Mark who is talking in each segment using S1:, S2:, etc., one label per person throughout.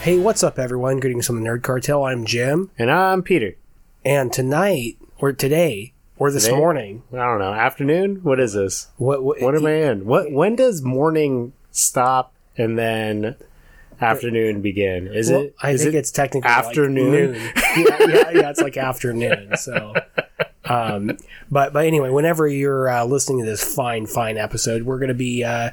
S1: Hey, what's up, everyone? Greetings from the Nerd Cartel. I'm Jim,
S2: And I'm Peter.
S1: and tonight or today or this
S2: Today?
S1: morning,
S2: I don't know. Afternoon? What is this?
S1: what what,
S2: What am I in? What when does morning stop and then afternoon begin? Is
S1: well,
S2: it
S1: I
S2: is
S1: think
S2: it
S1: it's technically like,
S2: afternoon?
S1: noon. yeah, yeah, yeah, it's like afternoon. So, um, but but anyway, whenever you're uh, listening to this fine fine episode, we're going to be uh,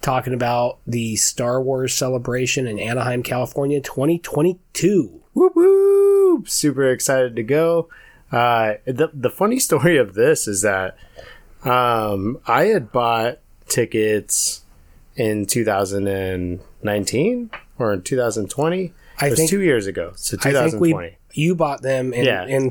S1: talking about the Star Wars celebration in Anaheim, California, 2022.
S2: whoop whoop super excited to go uh the, the funny story of this is that um i had bought tickets in 2019 or in 2020
S1: I
S2: it was
S1: think-
S2: two years ago so
S1: I think we
S2: 2020
S1: you bought them in
S2: Yeah,
S1: in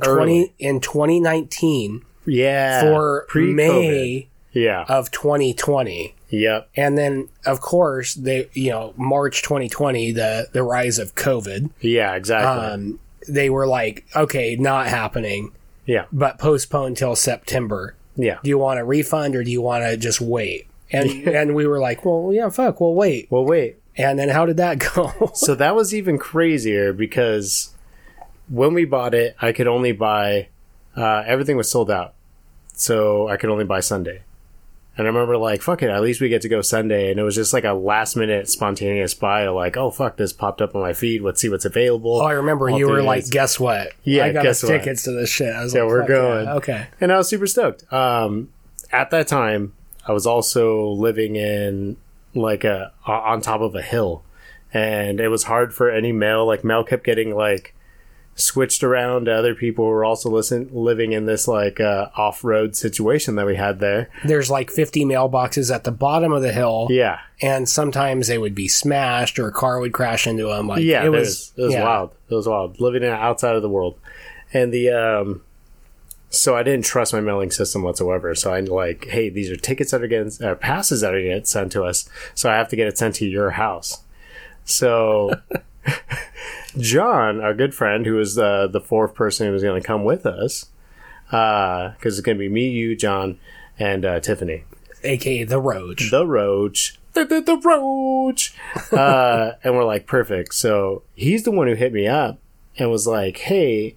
S1: twenty
S2: early.
S1: in 2019
S2: yeah
S1: for
S2: pre-COVID.
S1: May
S2: yeah
S1: of 2020.
S2: yep
S1: And then, of course, they you know March 2020, the the rise of COVID.
S2: yeah exactly
S1: Um, they were like, okay, not happening,
S2: yeah
S1: but postponed till September.
S2: yeah
S1: Do you want a refund or do you want to just wait? And and we were like, well, yeah, fuck, we'll wait.
S2: well wait
S1: And then how did that go?
S2: so that was even crazier because when we bought it, I could only buy uh, everything was sold out, so I could only buy Sunday. And I remember like, fuck it, at least we get to go Sunday. And it was just like a last minute spontaneous buy, like, oh fuck, this popped up on my feed. Let's see what's available.
S1: oh, I remember
S2: All
S1: you were
S2: three
S1: like,
S2: days.
S1: guess what?
S2: Yeah,
S1: I got
S2: guess what?
S1: tickets to this shit. I was
S2: Yeah,
S1: like,
S2: we're
S1: fuck yeah,
S2: going.
S1: okay.
S2: and I was super stoked. Um, at that time, I was also living in like a o- on top of a hill, and it was hard for any mail. Like mail kept getting like switched around to other people who were also listen living in this like uh, off road situation that we had there.
S1: There's like 50 mailboxes at the bottom of the hill.
S2: Yeah,
S1: and sometimes they would be smashed or a car would crash into them. Like
S2: yeah,
S1: it was,
S2: it was
S1: yeah.
S2: wild. It was wild living in, outside of the world, and the um, so I didn't trust my mailing system whatsoever. So I like, hey, these are tickets that are getting uh, passes that are getting sent to us, so I have to get it sent to your house. So John, our good friend, who was uh, the fourth person who was going to come with us, because it's going to be me, you, John, and uh, Tiffany
S1: aka the roach.
S2: the roach the, the, the roach uh, and we're like perfect so he's the one who hit me up and was like hey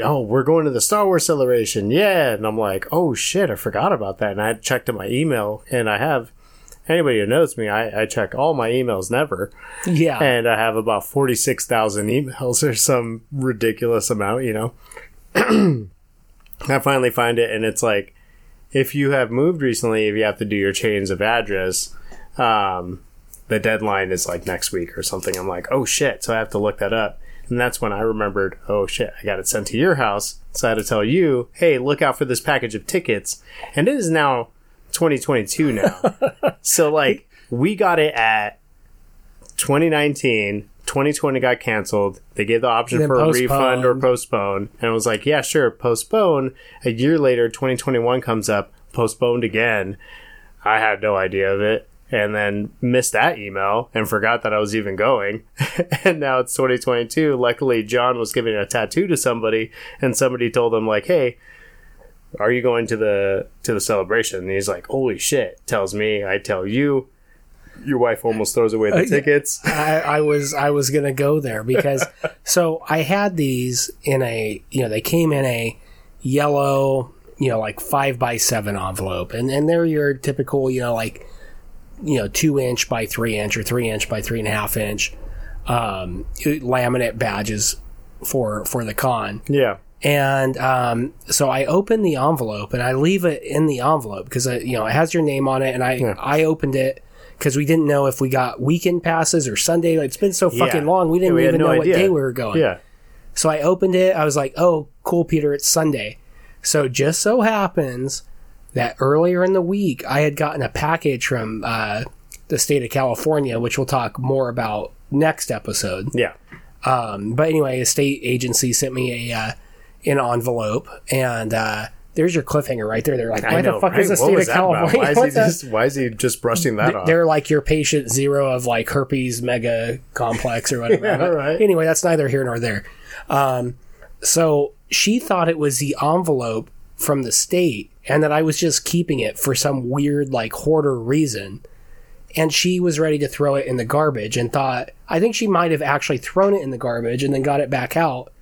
S2: oh we're going to the star wars celebration yeah and i'm like oh shit i forgot about that and i checked in my email and i have anybody who knows me i, I check all my emails never
S1: yeah,
S2: and I have about 46,000 emails or some ridiculous amount, you know. I finally find it, and it's like if you have moved recently, if you have to do your change of address, um, the deadline is like next week or something. I'm like, oh shit, so I have to look that up. And that's when I remembered, oh shit, I got it sent to your house. So I had to tell you, hey, look out for this package of tickets. And it is now 2022 now. so, like, we got it at 2019 2020 got canceled they gave the option
S1: Then
S2: for a refund or
S1: postponed.
S2: postpone and it was like yeah sure postpone a year later 2021 comes up postponed again i had no idea of it and then missed that email and forgot that i was even going and now it's 2022 luckily john was giving a tattoo to somebody and somebody told him like hey are you going to the to the celebration and he's like holy shit tells me i tell you your wife almost throws away the
S1: Uh, yeah.
S2: tickets
S1: I, I was I was gonna go there because so I had these in a you know they came in a yellow you know like five by seven envelope and and they're your typical you know like you know two inch by three inch or three inch by three and a half inch um, laminate badges for for the con
S2: yeah
S1: And um, so I open the envelope and I leave it in the envelope because you know it has your name on it, and I I opened it because we didn't know if we got weekend passes or Sunday. Like, it's been so fucking long, we didn't
S2: Yeah, we had
S1: even
S2: no
S1: know
S2: idea.
S1: what day we were going.
S2: yeah
S1: So I opened it. I was like, oh, cool, Peter, it's Sunday. So it just so happens that earlier in the week, I had gotten a package from uh, the state of California, which we'll talk more about next episode.
S2: yeah
S1: Um, but anyway, a state agency sent me a uh, an envelope, and uh, there's your cliffhanger right there. They're like, "Why the fuck
S2: right?
S1: is the
S2: What
S1: state
S2: was
S1: of
S2: that about?
S1: California?"
S2: Why
S1: What
S2: is, he
S1: the-
S2: just, why is he just brushing that off?
S1: They're like your patient zero of like herpes mega complex or whatever.
S2: Yeah,
S1: But
S2: right.
S1: Anyway, that's neither here nor there. Um, so she thought it was the envelope from the state, and that I was just keeping it for some weird like hoarder reason. and she was ready to throw it in the garbage and thought I think she might have actually thrown it in the garbage and then got it back out.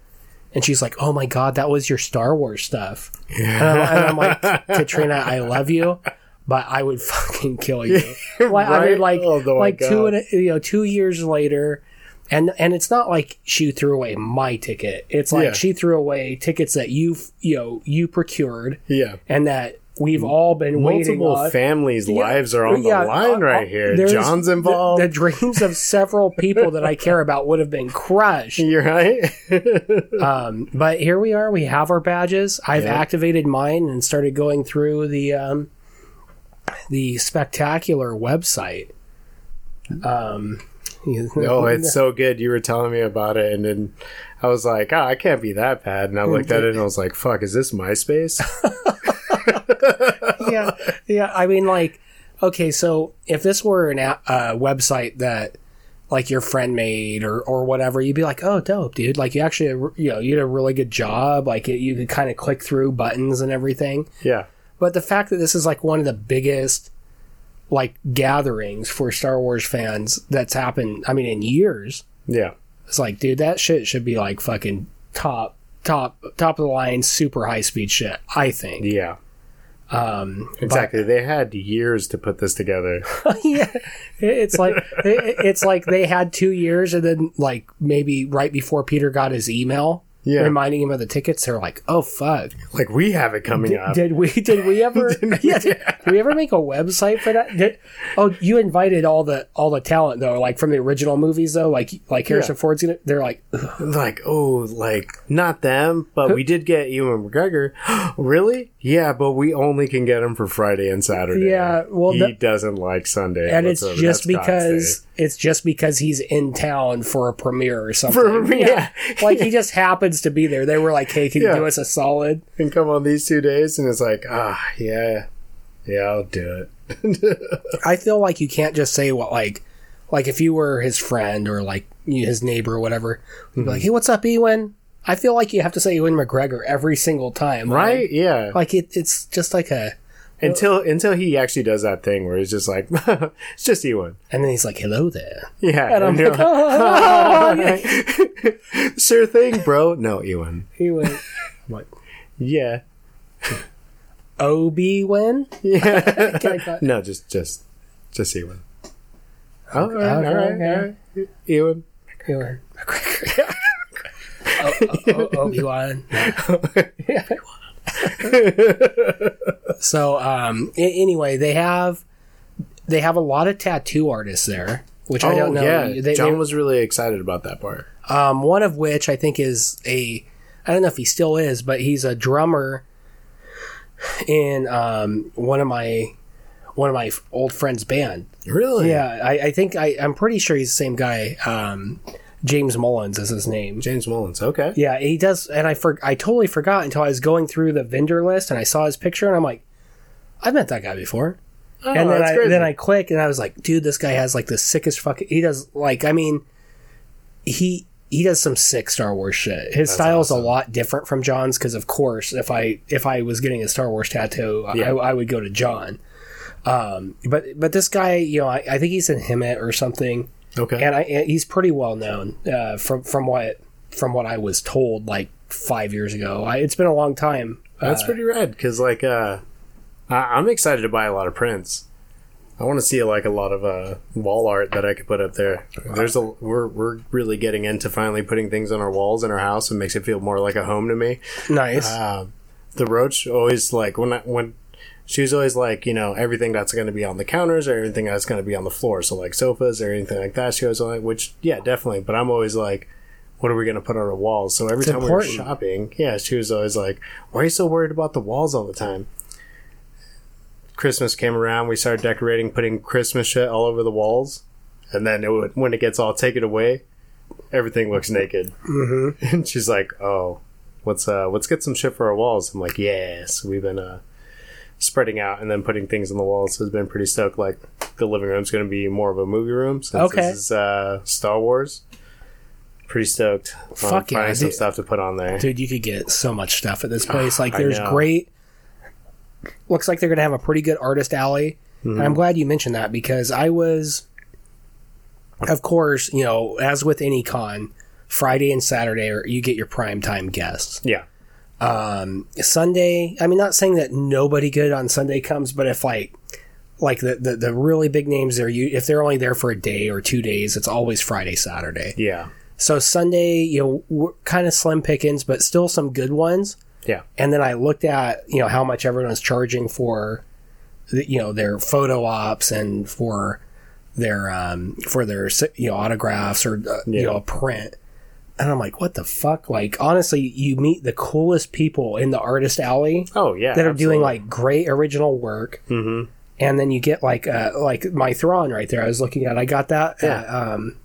S1: And she's like, "Oh my god, that was your Star Wars stuff." And, I'm, and I'm like, "Katrina, I love you, but I would fucking kill you." Like, I
S2: Right?
S1: mean, like,
S2: Oh my
S1: like two
S2: God.
S1: and a, you know, two years later, and and it's not like she threw away my ticket. It's like
S2: Yeah.
S1: she threw away tickets that you you know you procured
S2: Yeah.
S1: and that we've all been waiting
S2: Multiple
S1: on.
S2: families'
S1: Yeah,
S2: lives are on
S1: yeah,
S2: the line
S1: uh,
S2: right
S1: uh,
S2: here.
S1: there's-
S2: John's
S1: the-
S2: involved.
S1: The, dreams of several people that I care about would have been crushed.
S2: You're right.
S1: Um, but here we are. We have our badges. I've
S2: Yeah.
S1: activated mine and started going through the um, the spectacular website. Um,
S2: oh, it's so good. You were telling me about it, and then I was like, "Ah, I can't be that bad." And I looked at it, and I was like, "Fuck, is this MySpace?"
S1: yeah, yeah. I mean, like, okay, so if this were an a- uh, website that like your friend made or or whatever, you'd be like, oh, dope, dude. Like, you actually, you know, you did a really good job. Like, it, you could kind of click through buttons and everything.
S2: yeah,
S1: But the fact that this is like one of the biggest like gatherings for Star Wars fans that's happened. I mean, in years,
S2: yeah,
S1: it's like, dude, that shit should be like fucking top. Top top of the line, super high speed shit. I think.
S2: yeah.
S1: Um, but-
S2: Exactly. they had years to put this together.
S1: yeah, It- it's like it- it's like they had two years, and then like maybe right before Peter got his email
S2: Yeah.
S1: reminding him of the tickets, they're like, "Oh fuck,
S2: Like we have it coming up.
S1: did we did we ever yeah, did, did we ever make a website for that? Did, oh, you invited all the all the talent though, like from the original movies though, like like Harrison Ford's gonna. They're like,
S2: like, oh, like not them, but we did get Ewan McGregor. really? Yeah, but we only can get him for Friday and Saturday.
S1: Yeah, well,
S2: he
S1: that-
S2: doesn't like Sunday,
S1: and it's
S2: whatsoever.
S1: just
S2: That's God's
S1: because
S2: day.
S1: it's just because he's in town for a premiere or something.
S2: For- yeah.
S1: like he just happens to be there. They were like, "Hey, can
S2: Yeah.
S1: you do us a solid?"
S2: and come on these two days, and it's like, ah, yeah, yeah, I'll do it.
S1: I feel like you can't just say what like like if you were his friend or like you- his neighbor or whatever, you'd
S2: Mm-hmm.
S1: be like, "Hey, what's up, Ewan?" I feel like you have to say Ewan McGregor every single time,
S2: Right?
S1: Like,
S2: yeah.
S1: like it, it's just like a,
S2: until until he actually does that thing where he's just like, it's just Ewan.
S1: and then he's like, "Hello there,"
S2: Yeah.
S1: and I'm
S2: you're
S1: like, "Oh, yeah,
S2: like, sure thing, bro. No, Ewan.
S1: Ewan." I'm like,
S2: Yeah.
S1: "Obi Wan."
S2: Yeah.
S1: Like that.
S2: No, just just just Ewan. All right,
S1: okay,
S2: all right,
S1: okay.
S2: all right. Ewan.
S1: Ewan McGregor. oh, oh, Obi Wan. So um, a- anyway, they have they have a lot of tattoo artists there, which I don't know.
S2: Oh, Yeah,
S1: They-
S2: John
S1: they-
S2: was really excited about that part.
S1: um, one of which I think is a I don't know if he still is, but he's a drummer in um, one of my one of my f- old friends' band.
S2: Really?
S1: Yeah, I, I think I, I'm pretty sure he's the same guy. Um, James Mullins is his name.
S2: James Mullins. Okay.
S1: Yeah, he does, and I for, I totally forgot until I was going through the vendor list and I saw his picture and I'm like, I've met that guy before.
S2: Oh,
S1: and then
S2: that's
S1: I
S2: crazy.
S1: then I click and I was like, dude, this guy has like the sickest fucking. He does like I mean, he he does some sick Star Wars shit. His style is
S2: awesome.
S1: a lot different from John's because of course, if I if I was getting a Star Wars tattoo, I-
S2: Yeah.
S1: I, I would go to John. Um, but but this guy, you know, I, I think he's in Hemet or something
S2: okay.
S1: and I and he's pretty well known uh, from from what from what I was told like five years ago. I, it's been a long time.
S2: that's pretty rad because like uh, I- I'm excited to buy a lot of prints. I want to see like a lot of uh, wall art that I could put up there. There's a we're we're really getting into finally putting things on our walls in our house. It makes it feel more like a home to me.
S1: Nice.
S2: Um, the roach always like when I, when she was always like you know everything that's going to be on the counters or everything that's going to be on the floor so like sofas or anything like that she was like which yeah definitely but i'm always like what are we going to put on our walls so every
S1: It's
S2: time
S1: important.
S2: we were shopping yeah she was always like why are you so worried about the walls all the time christmas came around we started decorating putting christmas shit all over the walls and then it would, when it gets all taken away everything looks naked
S1: mm-hmm.
S2: and she's like, "Oh, let's uh, let's get some shit for our walls." I'm like, "Yes, we've been uh, spreading out and then putting things on the walls." So it's been pretty stoked. Like the living room's going to be more of a movie room since
S1: Okay.
S2: this is uh, Star Wars. Pretty stoked. on
S1: Fuck yeah,
S2: finding some
S1: dude.
S2: stuff to put on there.
S1: Dude, you could get so much stuff at this place. Like
S2: I
S1: there's
S2: know.
S1: great. Looks like they're gonna have a pretty good artist alley. And
S2: Mm-hmm.
S1: I'm glad you mentioned that because I was, of course, you know, as with any con, Friday and Saturday are, you get your prime time guests.
S2: Yeah.
S1: Um, Sunday, I mean, not saying that nobody good on Sunday comes, but if like, like the, the, the really big names, they're you if they're only there for a day or two days, it's always Friday, Saturday.
S2: Yeah.
S1: So Sunday, you know, kind of slim pickings, but still some good ones.
S2: Yeah.
S1: And then I looked at you know how much everyone's charging for, the, you know, their photo ops and for their um for their you know autographs or uh, you
S2: Yeah.
S1: know a print. And I'm like, what the fuck? Like, honestly, you meet the coolest people in the artist alley
S2: Oh yeah.
S1: that are doing like great original work,
S2: Mm-hmm.
S1: and then you get like uh, like my Thrawn right there. I was looking at. I got that at um,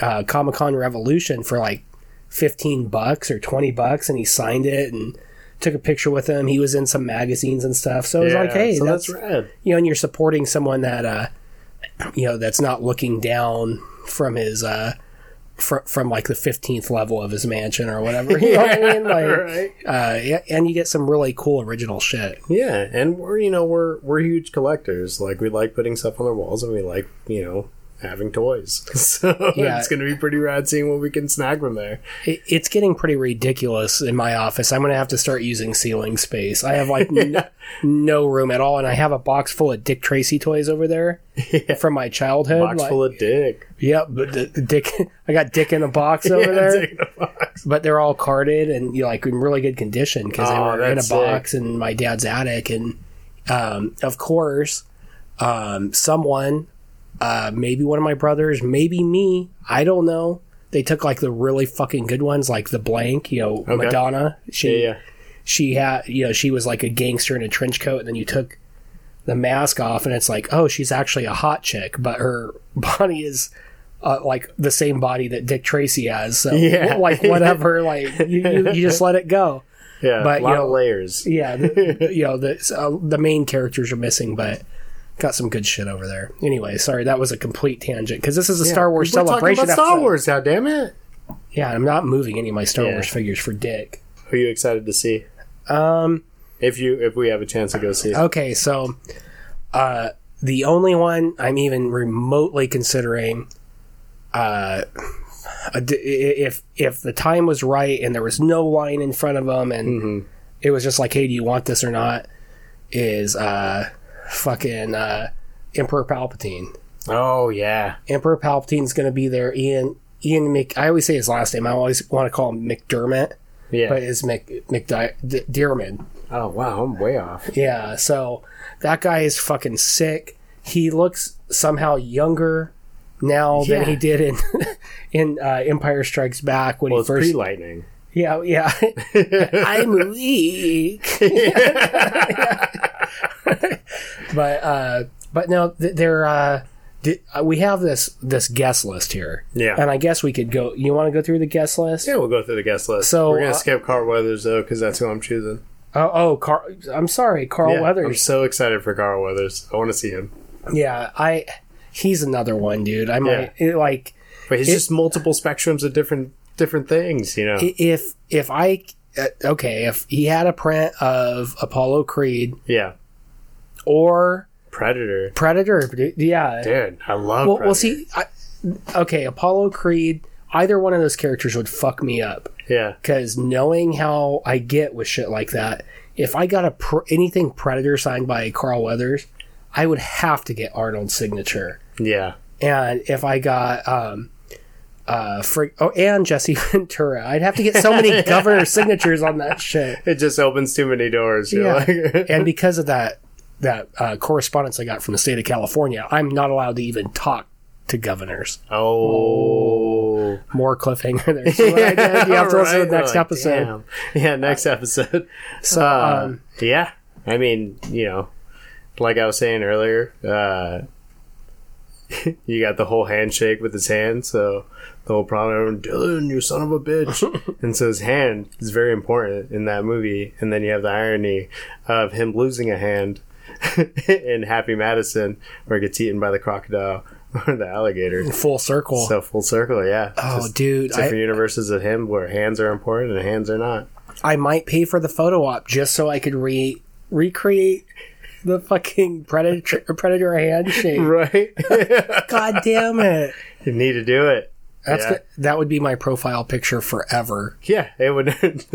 S1: uh, Comic Con Revolution for like fifteen bucks or twenty bucks, and he signed it and took a picture with him. He was in some magazines and stuff. So it was
S2: Yeah,
S1: like, hey,
S2: so
S1: that's,
S2: that's, rad.
S1: you know, and you're supporting someone that uh, you know that's not looking down from his uh, fr- from like the fifteenth level of his mansion or whatever. You know what I mean? Like,
S2: right.
S1: uh, yeah, and you get some really cool original shit.
S2: Yeah, and we're you know we're we're huge collectors. Like we like putting stuff on our walls, and we like you know having toys. So
S1: Yeah.
S2: it's gonna be pretty rad seeing what we can snag from there.
S1: It, it's getting pretty ridiculous in my office. I'm going to have to start using ceiling space. I have like n- no room at all, and I have a box full of Dick Tracy toys over there from my childhood.
S2: Box
S1: like-
S2: full of dick.
S1: Yep, but the, the Dick. I got Dick in a box over
S2: Yeah,
S1: there,
S2: take the box.
S1: but they're all carded and you know, like in really good condition because they
S2: Aw,
S1: were in a
S2: Oh, that's sick.
S1: box in my dad's attic, and um, of course, um, someone, uh, maybe one of my brothers, maybe me, I don't know. They took like the really fucking good ones, like the blank, you know, Madonna.
S2: Yeah,
S1: She
S2: yeah.
S1: she had, you know, she was like a gangster in a trench coat, and then you took the mask off, and it's like, oh, she's actually a hot chick, but her body is. Uh, like the same body that Dick Tracy has, so
S2: Yeah.
S1: like whatever, like you, you, you just let it go.
S2: yeah
S1: But,
S2: a lot
S1: you know-
S2: of layers.
S1: Yeah, the, you know the uh, the main characters are missing, but got some good shit over there. Anyway, sorry that was a complete tangent because this is a Star Wars
S2: We're talking
S1: celebration.
S2: about Star
S1: episode.
S2: Wars now, damn it.
S1: Yeah, I'm not moving any of my Star
S2: Yeah.
S1: Wars figures for Dick.
S2: Who are you excited to see?
S1: Um,
S2: If you if we have a chance to go see,
S1: okay, so uh, the only one I'm even remotely considering, uh, a d- i- if if the time was right and there was no line in front of them and it was just like, hey, do you want this or not? Is uh, fucking uh, Emperor Palpatine.
S2: oh yeah,
S1: Emperor Palpatine's going to be there. Ian Ian Mc. I always say his last name. I always want to call him McDermott,
S2: yeah.
S1: but it's Mc McDi- D- Dearman.
S2: oh wow, I'm way off.
S1: Yeah, so that guy is fucking sick. He looks somehow younger now
S2: Yeah.
S1: than he did in in uh, Empire Strikes Back when
S2: Well,
S1: he
S2: it's
S1: first.
S2: pre lightning.
S1: yeah, yeah. I'm weak. but uh, but no, th- they're. Uh, di- uh, we have this this guest list here,
S2: Yeah.
S1: and I guess we could go. You want to go through the guest list?
S2: Yeah, we'll go through the guest list.
S1: So,
S2: we're gonna
S1: uh,
S2: skip Carl Weathers though, because that's who I'm choosing.
S1: Oh, oh, Carl. I'm sorry, Carl
S2: Yeah, I'm
S1: Weathers.
S2: so excited for Carl Weathers. I want to see him,
S1: Yeah, I. He's another one, dude. I might it, like.
S2: but he's just multiple spectrums of different different things. You know,
S1: I- if if I uh, okay, if he had a print of Apollo Creed
S2: yeah,
S1: or
S2: Predator,
S1: Predator, yeah.
S2: dude, I love.
S1: Well,
S2: Predator.
S1: well, see, I, okay, Apollo Creed. Either one of those characters would fuck me up
S2: yeah,
S1: because knowing how I get with shit like that, if I got a pr- anything Predator signed by Carl Weathers, I would have to get Arnold's signature.
S2: yeah,
S1: and if I got um uh frig- oh and Jesse Ventura, I'd have to get so many governor signatures on that shit.
S2: it just opens too many doors. You're
S1: Yeah.
S2: like,
S1: And because of that that uh, correspondence I got from the state of California, I'm not allowed to even talk to governors.
S2: oh.
S1: More cliffhanger there. So what I did, you have to listen to the
S2: Right,
S1: next
S2: like,
S1: episode. Uh,
S2: damn. Yeah, next episode. So,
S1: um,
S2: yeah, I mean, you know, like I was saying earlier, uh, you got the whole handshake with his hand, so the whole problem, Dylan, you son of a bitch. and so his hand is very important in that movie. And then you have the irony of him losing a hand in Happy Madison, where he gets eaten by the crocodile or the alligator.
S1: Full circle.
S2: So full circle, yeah.
S1: oh,
S2: Just-
S1: dude,
S2: different
S1: I,
S2: universes of him where hands are important and hands are not.
S1: I might pay for the photo op just so I could re recreate the fucking predator predator handshake.
S2: right?
S1: God damn it!
S2: you need to do it.
S1: That's
S2: Yeah.
S1: go- that would be my profile picture forever.
S2: Yeah, it would.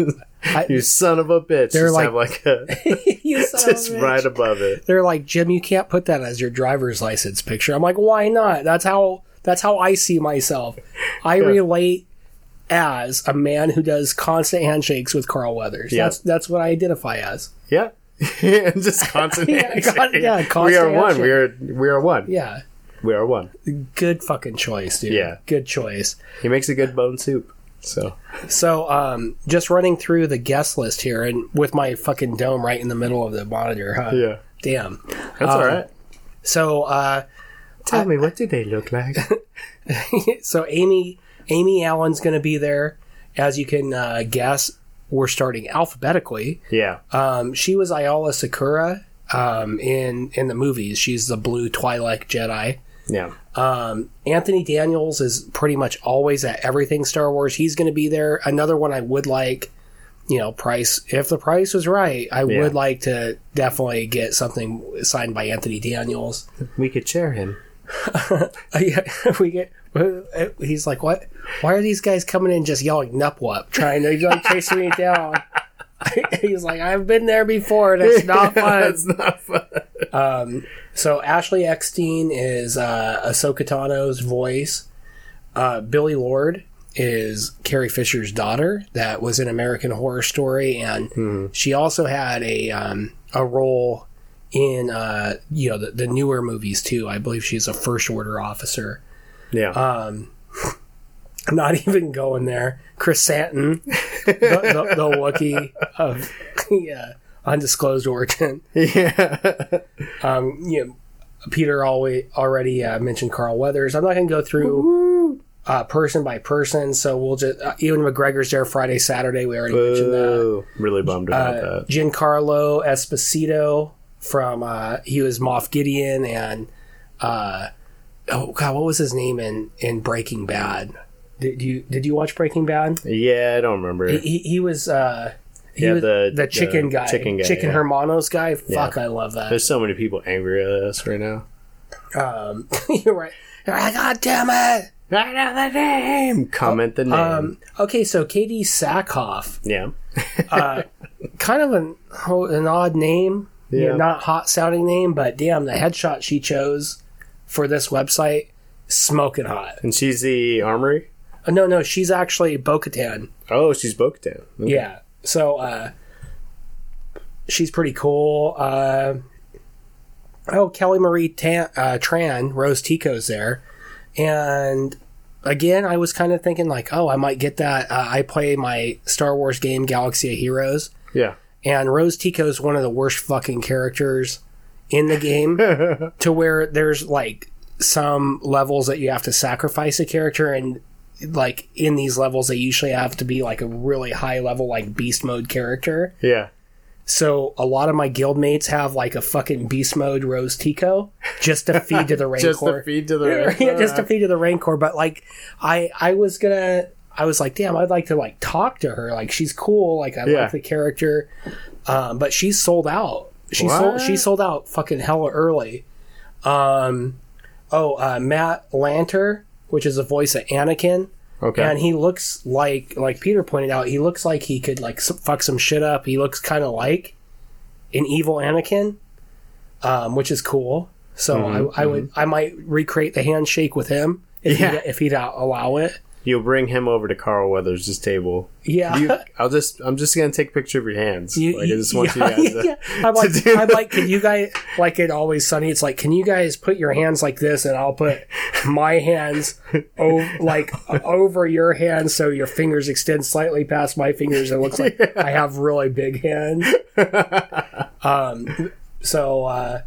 S1: I-
S2: you son of a bitch.
S1: They're
S2: just
S1: like-
S2: have like a,
S1: You son of a
S2: just
S1: bitch.
S2: right above it.
S1: They're like, Jim, you can't put that as your driver's license picture. I'm like, why not? That's how that's how I see myself. I relate as a man who does constant handshakes with Carl Weathers.
S2: Yeah.
S1: That's that's what I identify as.
S2: Yeah. and just constant.
S1: Yeah, con-
S2: handshake.
S1: yeah,
S2: we are
S1: constant
S2: one. We are we are one.
S1: Yeah.
S2: We are one.
S1: Good fucking choice, dude.
S2: Yeah.
S1: Good choice.
S2: He makes a good bone soup. So
S1: So, um, just running through the guest list here and with my fucking dome right in the middle of the monitor, huh?
S2: yeah,
S1: Damn.
S2: that's
S1: Uh,
S2: all right.
S1: So, uh,
S2: Tell me, what do they look like?
S1: so Amy Amy Allen's going to be there. As you can uh, guess, we're starting alphabetically.
S2: yeah,
S1: Um, she was Ayala Sakura um, in in the movies. She's the blue Twilight Jedi.
S2: yeah,
S1: Um, Anthony Daniels is pretty much always at everything Star Wars. He's going to be there. Another one I would like, you know, price. If the price was right, I
S2: Yeah.
S1: would like to definitely get something signed by Anthony Daniels.
S2: we could share him.
S1: Uh, yeah, we get. uh, He's like, "What? Why are these guys coming in just yelling nupwup, trying to like chase me down?" he's like, "I've been there before, and it's not fun."
S2: that's not fun.
S1: so Ashley Eckstein is uh, Ahsoka Tano's voice. Uh, Billy Lord is Carrie Fisher's daughter that was in American Horror Story, and she also had a um, a role in uh, you know the, the newer movies too. I believe she's a first order officer.
S2: Yeah,
S1: Uh, I'm not even going there. Chris Santon, the, the, the Wookiee of yeah, undisclosed origin.
S2: yeah,
S1: Um, you know, Peter always already uh, mentioned Carl Weathers. I'm not going to go through uh, person by person, so we'll just uh, Ewan McGregor's there Friday, Saturday. We already mentioned that.
S2: Ooh, really bummed about
S1: Uh,
S2: that.
S1: Giancarlo Esposito from uh, he was Moff Gideon and uh, oh god, what was his name in in Breaking Bad? Did you did you watch Breaking Bad?
S2: Yeah, I don't remember.
S1: he, he was uh he
S2: Yeah,
S1: was
S2: the-
S1: the,
S2: the
S1: chicken guy
S2: chicken
S1: chicken
S2: guy, yeah.
S1: hermanos guy fuck i love that
S2: There's so many people angry at us right now.
S1: um you're right You're like, god damn it
S2: Right out the name. Comment the name.
S1: um okay so katie sackhoff
S2: yeah,
S1: kind of an oh, an odd name you know,
S2: Yeah.
S1: not hot sounding name but damn the headshot she chose for this website smoking hot
S2: and she's the armory.
S1: Uh, no no she's actually bo-katan
S2: Oh, she's Bo-Katan. Okay.
S1: yeah so uh she's pretty cool uh oh kelly marie Tan, uh, tran rose tico's there and again i was kind of thinking like oh i might get that uh, i play my star wars game galaxy of heroes
S2: yeah.
S1: and rose tico's one of the worst fucking characters in the game to where there's like some levels that you have to sacrifice a character and like in these levels they usually have to be like a really high level like beast mode character
S2: Yeah.
S1: so a lot of my guildmates have like a fucking beast mode rose tico just to feed to the rancor
S2: Just to feed to the
S1: yeah, just to feed to the rancor but like i i was gonna i was like damn i'd like to like talk to her like she's cool like i
S2: Yeah.
S1: like the character um but she's sold out she
S2: What?
S1: sold she sold out fucking hella early um oh uh matt lanter which is the voice of anakin
S2: Okay.
S1: and he looks like like Peter pointed out, he looks like he could like s- fuck some shit up. He looks kind of like an evil Anakin, um, which is cool. So I, I would I might recreate the handshake with him if
S2: Mm-hmm. Yeah.
S1: he'd, if he'd out- allow it.
S2: You'll bring him over to Carl Weathers' table.
S1: Yeah.
S2: You, I'll just. I'm just gonna take a picture of your hands.
S1: You-
S2: like I
S1: you-
S2: just want
S1: yeah,
S2: you guys. To,
S1: yeah. I'm
S2: to
S1: like,
S2: do
S1: I'm
S2: that.
S1: like, can you guys like it always sunny? It's like, can you guys put your hands like this, and I'll put my hands o- like over your hands, so your fingers extend slightly past my fingers. It looks like I have really big hands. um, so. uh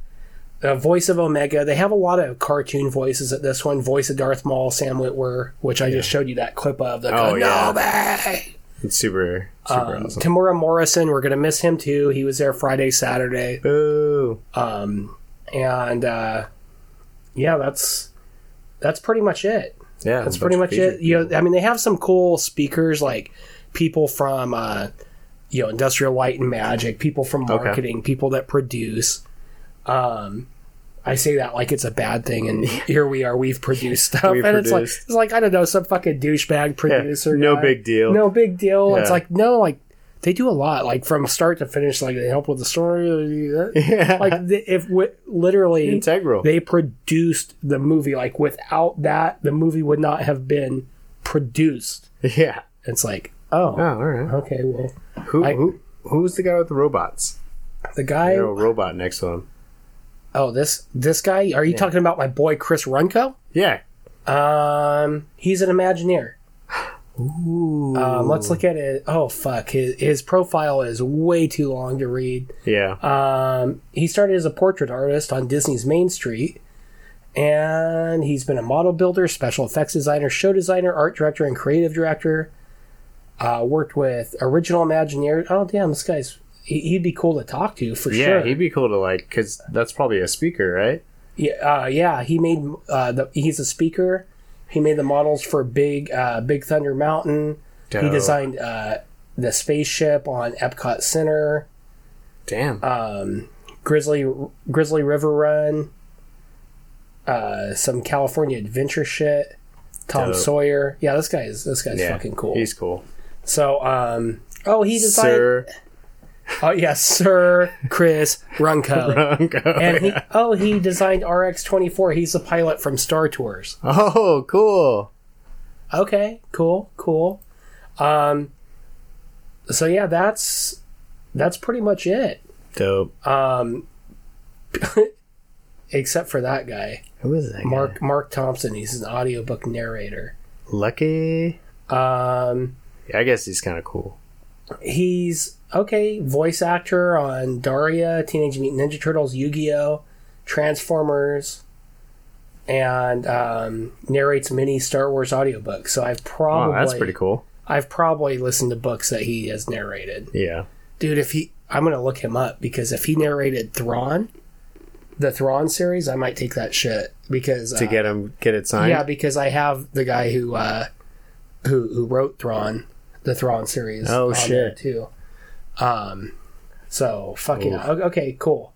S1: the voice of Omega. They have a lot of cartoon voices at this one. Voice of Darth Maul, Sam Witwer, which I just showed you that clip of. The
S2: Oh, yeah.
S1: Kenobi!
S2: It's super super
S1: Um,
S2: awesome.
S1: Tamura Morrison, we're gonna miss him too. He was there Friday, Saturday,
S2: Ooh.
S1: um, and uh, yeah, that's that's pretty much it.
S2: Yeah.
S1: That's pretty much it. You know, I mean, they have some cool speakers, like people from uh, you know Industrial Light and Magic, people from marketing, people that produce. Um, I say that like it's a bad thing, and here we are. We've produced stuff,
S2: We've
S1: and it's like
S2: produced.
S1: it's like I don't know some fucking douchebag producer.
S2: no
S1: guy.
S2: big deal.
S1: No big deal. It's
S2: Yeah.
S1: like no, like they do a lot, like from start to finish. Like they help with the story.
S2: Yeah.
S1: Like the, if w- literally
S2: integral.
S1: they produced the movie, like without that, the movie would not have been produced.
S2: yeah.
S1: It's like
S2: Oh,
S1: oh,
S2: all right.
S1: okay, well
S2: Who
S1: I-
S2: who who's the guy with the robots?
S1: the guy.
S2: There's a robot next to him.
S1: Oh, this this guy. Are you talking about my boy Chris Runco?
S2: Yeah.
S1: Um, he's an Imagineer.
S2: Ooh.
S1: Um, let's look at it. Oh fuck, his his profile is way too long to read.
S2: yeah.
S1: Um, he started as a portrait artist on Disney's Main Street, and he's been a model builder, special effects designer, show designer, art director, and creative director. Uh, worked with original Imagineer. Oh damn, this guy's he- he'd be cool to talk to for
S2: yeah,
S1: sure.
S2: he'd be cool to like cuz that's probably a speaker, right?
S1: Yeah, uh, yeah, he made uh, the, he's a speaker. He made the models for Big uh, Big Thunder Mountain. He
S2: Dope.
S1: designed uh, the spaceship on Epcot Center,
S2: Damn.
S1: um, Grizzly Grizzly River Run, uh, some California adventure shit. Tom
S2: Dope.
S1: Sawyer. Yeah, this guy is this guy's
S2: yeah.
S1: fucking cool.
S2: He's cool.
S1: so, um, oh, he designed.
S2: Sir
S1: Oh yes, Sir Chris Runco.
S2: Bronco.
S1: And he, oh, he designed RX twenty four. He's the pilot from Star Tours.
S2: oh, cool.
S1: okay cool cool um so yeah that's that's pretty much it
S2: Dope.
S1: um except for that guy
S2: Who is that?
S1: mark mark thompson he's an audiobook narrator
S2: guy? Lucky.
S1: um
S2: Yeah, I guess he's kind of cool.
S1: he's okay voice actor on daria teenage mutant ninja turtles yu-gi-oh transformers and um, narrates many star wars audiobooks so i've
S2: Oh,
S1: probably
S2: that's pretty cool.
S1: i've probably listened to books that he has narrated
S2: Yeah.
S1: dude if he i'm gonna look him up because if he narrated thrawn the thrawn series i might take that shit because
S2: To
S1: uh,
S2: get him get it signed.
S1: yeah because i have the guy who uh who who wrote thrawn the thrawn series
S2: Oh,
S1: on
S2: shit.
S1: there, too um so fuck yeah O- okay cool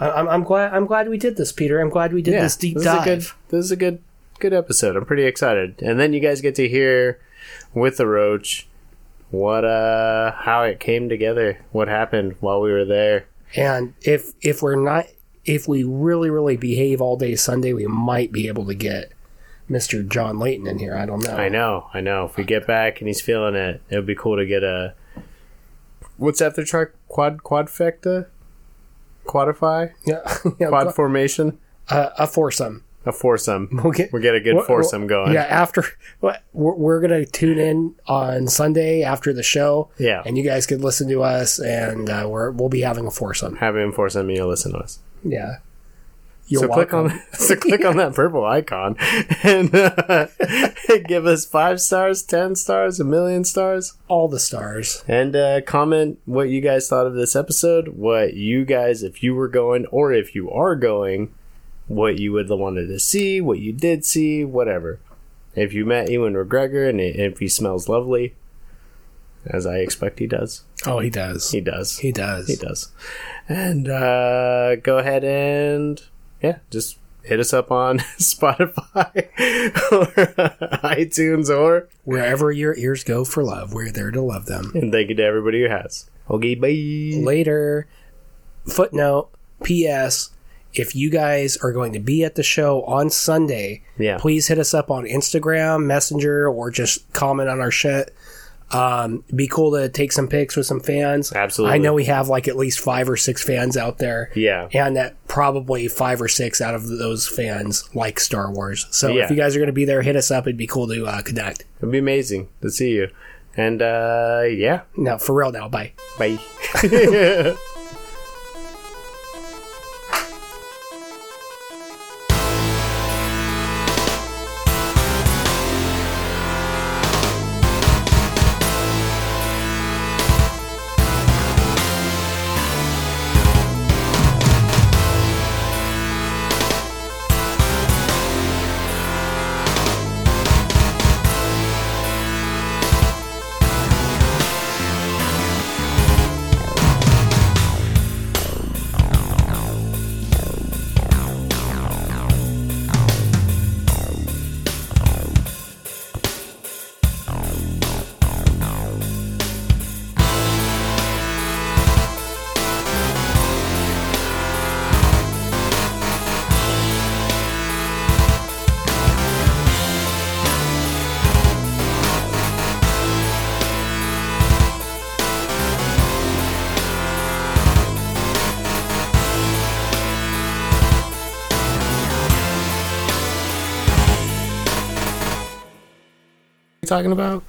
S1: I- I'm, I'm glad i'm glad we did this peter i'm glad we did
S2: Yeah,
S1: this deep
S2: this
S1: dive
S2: Is a good, this is a good good episode. I'm pretty excited. And then you guys get to hear with the roach what uh how it came together, what happened while we were there.
S1: and if if we're not if we really really behave all day sunday we might be able to get mr john layton in here i don't know
S2: I know, I know. If we get back and he's feeling it, it would be cool to get a what's after tri- quad quadfecta? Quadify?
S1: Yeah, yeah,
S2: Quad formation?
S1: uh, a foursome.
S2: A foursome.
S1: We'll get
S2: We'll get a good
S1: we'll-
S2: foursome
S1: we'll-
S2: going.
S1: Yeah, after we're, we're gonna tune in on Sunday after the show,
S2: Yeah.
S1: and you guys can listen to us, and uh, we're we'll be having a foursome.
S2: Have him foursome and you'll listen to us.
S1: Yeah, you're
S2: so click
S1: welcome.
S2: on so click on that purple icon and uh, give us five stars, ten stars, a million stars,
S1: all the stars.
S2: and uh, comment what you guys thought of this episode. What you guys, if you were going or if you are going, what you would have wanted to see, what you did see, whatever. If you met Ewan McGregor and if he smells lovely, as I expect he does,
S1: Oh, he does.
S2: he does.
S1: He does.
S2: He does. And uh, go ahead and yeah, just hit us up on Spotify or iTunes or
S1: Wherever your ears go for love, we're there to love them.
S2: and thank you to everybody who has. Okay, bye.
S1: Later. Footnote. P.S. If you guys are going to be at the show on Sunday,
S2: Yeah.
S1: please hit us up on Instagram, Messenger, or just comment on our shit. Um, be cool to take some pics with some fans.
S2: Absolutely.
S1: I know we have like at least five or six fans out there.
S2: Yeah.
S1: And that probably five or six out of those fans like Star Wars. So
S2: Yeah.
S1: if you guys are going to be there, hit us up. It'd be cool to uh, connect.
S2: It'd be amazing to see you. And uh, yeah,
S1: No, for real now. Bye.
S2: bye. talking about?